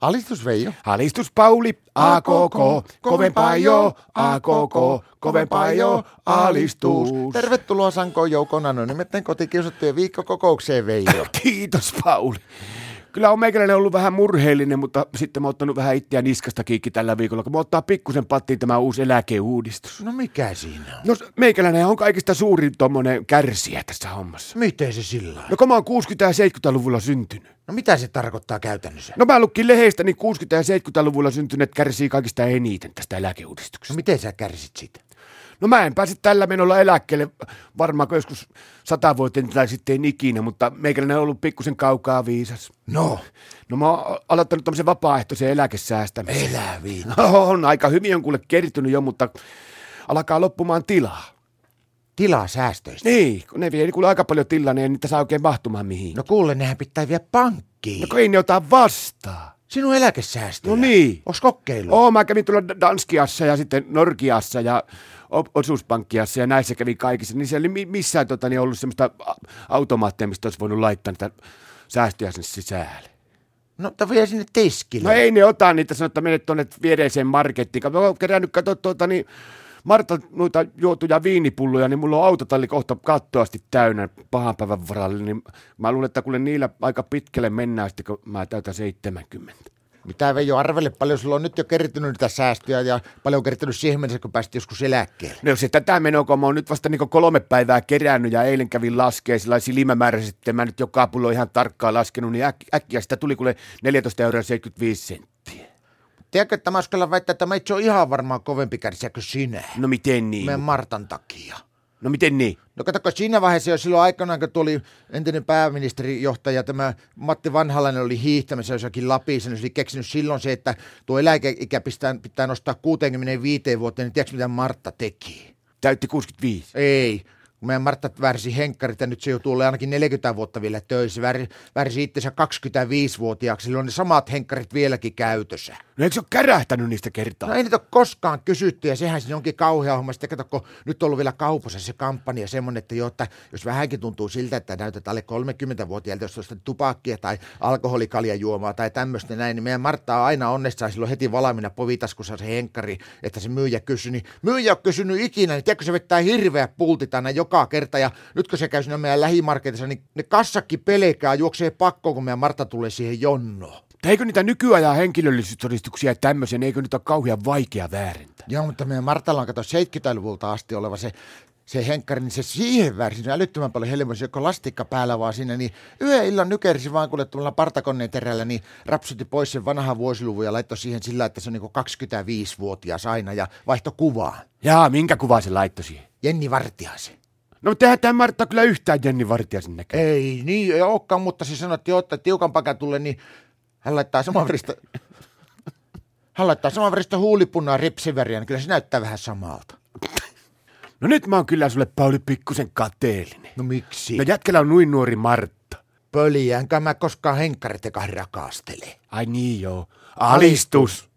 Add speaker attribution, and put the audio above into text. Speaker 1: Alistus Veijo.
Speaker 2: Alistus Pauli, AKK, kovempaa jo, AKK, kovempaa jo, alistus.
Speaker 1: Tervetuloa Sankoon joukona, no nimittäin kotikiusattujen viikkokokoukseen Veijo.
Speaker 2: Kiitos Pauli. Kyllä on meikäläinen ollut vähän murheellinen, mutta sitten mä oon ottanut vähän itseä niskasta kiikki tällä viikolla, kun mä ottaa pikkusen pattiin tämä uusi eläkeuudistus.
Speaker 1: No mikä siinä on?
Speaker 2: No s- meikäläinen on kaikista suurin tommonen kärsijä tässä hommassa.
Speaker 1: Miten se sillä on?
Speaker 2: No kun mä oon 60- ja 70-luvulla syntynyt.
Speaker 1: No mitä se tarkoittaa käytännössä?
Speaker 2: No mä lukin lehdestä, niin 60- ja 70-luvulla syntyneet kärsii kaikista eniten tästä eläkeuudistuksesta.
Speaker 1: No miten sä kärsit siitä?
Speaker 2: No mä en pääse tällä menolla eläkkeelle, varmaan joskus sata vuoteen tai sitten ikinä, mutta meikäläinen on ollut pikkusen kaukaa viisas.
Speaker 1: No,
Speaker 2: No mä oon aloittanut tämmöisen vapaaehtoisen eläkesäästämisen.
Speaker 1: elää viin.
Speaker 2: On aika hyvin on kuule kertynyt jo, mutta alkaa loppumaan tilaa.
Speaker 1: Tilaa säästöistä.
Speaker 2: Niin, kun ne vie kuule aika paljon tilaa, niin ei niitä saa oikein mahtumaan mihin.
Speaker 1: No kuule, nehän pitää viedä pankkiin.
Speaker 2: No kun ei ne ota vastaan.
Speaker 1: Sinun eläkesäästöjä.
Speaker 2: No niin.
Speaker 1: Ois kokeilu.
Speaker 2: Oo, mä kävin tuolla D- Danskiassa ja sitten Norkiassa ja o- osuuspankkiassa ja näissä kävin kaikissa. Niin siellä ei mi- missään tota, niin ollut semmoista a- automaattia, mistä olisi voinut laittaa niitä säästöjä sinne sisälle.
Speaker 1: No, mutta vie sinne tiskille.
Speaker 2: No ei ne ota niitä, sano, että menet tuonne viereiseen markettiin. Kato, Mä oon kerännyt katsoa tuota, niin Marta noita juotuja viinipulloja, niin mulla on autotalli kohta kattoasti täynnä pahan päivän varalle. Niin mä luulen, että kuule niillä aika pitkälle mennään sitten, kun mä täytän 70.
Speaker 1: Mitä Veijo arvele, paljon sulla on nyt jo kertynyt niitä säästöjä ja paljon on kertynyt siihen mennessä, kun pääsit joskus eläkkeelle.
Speaker 2: No jos ei tätä menoa, kun mä oon nyt vasta niin kolme päivää kerännyt ja eilen kävin laskeen sillä silmämääräisesti, että mä nyt joka pullo ihan tarkkaan laskenut, niin äk- äkkiä sitä tuli kuule 14,75 euroa.
Speaker 1: Tiedätkö, että mä uskallan väittää, että mä itse on ihan varmaan kovempi kärsijä kuin sinä.
Speaker 2: No miten niin?
Speaker 1: Meidän Martan takia.
Speaker 2: No miten niin?
Speaker 1: No katsokka, siinä vaiheessa jo silloin aikanaan, kun tuli entinen pääministerijohtaja, tämä Matti Vanhalainen oli hiihtämässä jossakin Lapissa, niin se oli keksinyt silloin se, että tuo eläkeikä pitää, pitää nostaa 65 vuoteen, niin tiedätkö mitä Martta teki?
Speaker 2: Täytti 65.
Speaker 1: Ei. Kun meidän Martta värsi henkkarit ja nyt se joutuu olemaan ainakin 40 vuotta vielä töissä. Vär, värsi itsensä 25-vuotiaaksi. Sillä on ne samat henkkarit vieläkin käytössä.
Speaker 2: No eikö se ole kärähtänyt niistä kertaa?
Speaker 1: No ei niitä ole koskaan kysytty ja sehän siinä onkin kauhea homma. Sitten kato, kun nyt on ollut vielä kaupassa se kampanja semmoinen, että, jo, että jos vähänkin tuntuu siltä, että näytät alle 30-vuotiailta, jos tuosta tupakkia tai alkoholikaljajuomaa tai tämmöistä näin, niin meidän Martta on aina onnessaan silloin heti valmiina povitaskussa se henkkari, että se myyjä kysyy, niin myyjä on kysynyt ikinä, niin tiedätkö se vettää hirveä pultit aina joka kerta ja nyt kun se käy siinä meidän lähimarketissa, niin ne kassakki pelkää, juoksee pakkoon, kun meidän Martta tulee siihen jonnoon.
Speaker 2: Tai eikö niitä nykyajan henkilöllisyystodistuksia ja tämmöisen, eikö niitä ole kauhean vaikea väärentää?
Speaker 1: Joo, mutta meidän Martalla on kato 70-luvulta asti oleva se, se henkkari, niin se siihen värsi, se on älyttömän paljon helmoisi, joko lastikka päällä vaan siinä, niin yhden illan nykersi vaan kuljettamalla partakonneen terällä, niin rapsutti pois sen vanhan vuosiluvun ja laittoi siihen sillä, että se on niinku 25-vuotias aina ja vaihto kuvaa.
Speaker 2: Jaa, minkä kuva se laittoi siihen?
Speaker 1: Jenni Vartiaisen.
Speaker 2: No tehdään tämä Martta kyllä yhtään Jenni Vartiaisen näköinen.
Speaker 1: Ei niin, ei olekaan, mutta se sanoi, että joo, että tiukan pakan tulee, niin hän laittaa saman veristä, hän laittaa saman veristä huulipunaa ripsiväriä, niin kyllä se näyttää vähän samalta.
Speaker 2: No nyt mä oon kyllä sulle Pauli pikkusen kateellinen.
Speaker 1: No miksi?
Speaker 2: No jätkellä on nuin nuori Martta.
Speaker 1: pöliä, enkä mä koskaan henkkarit eikä rakastele.
Speaker 2: Ai niin joo. Alistus.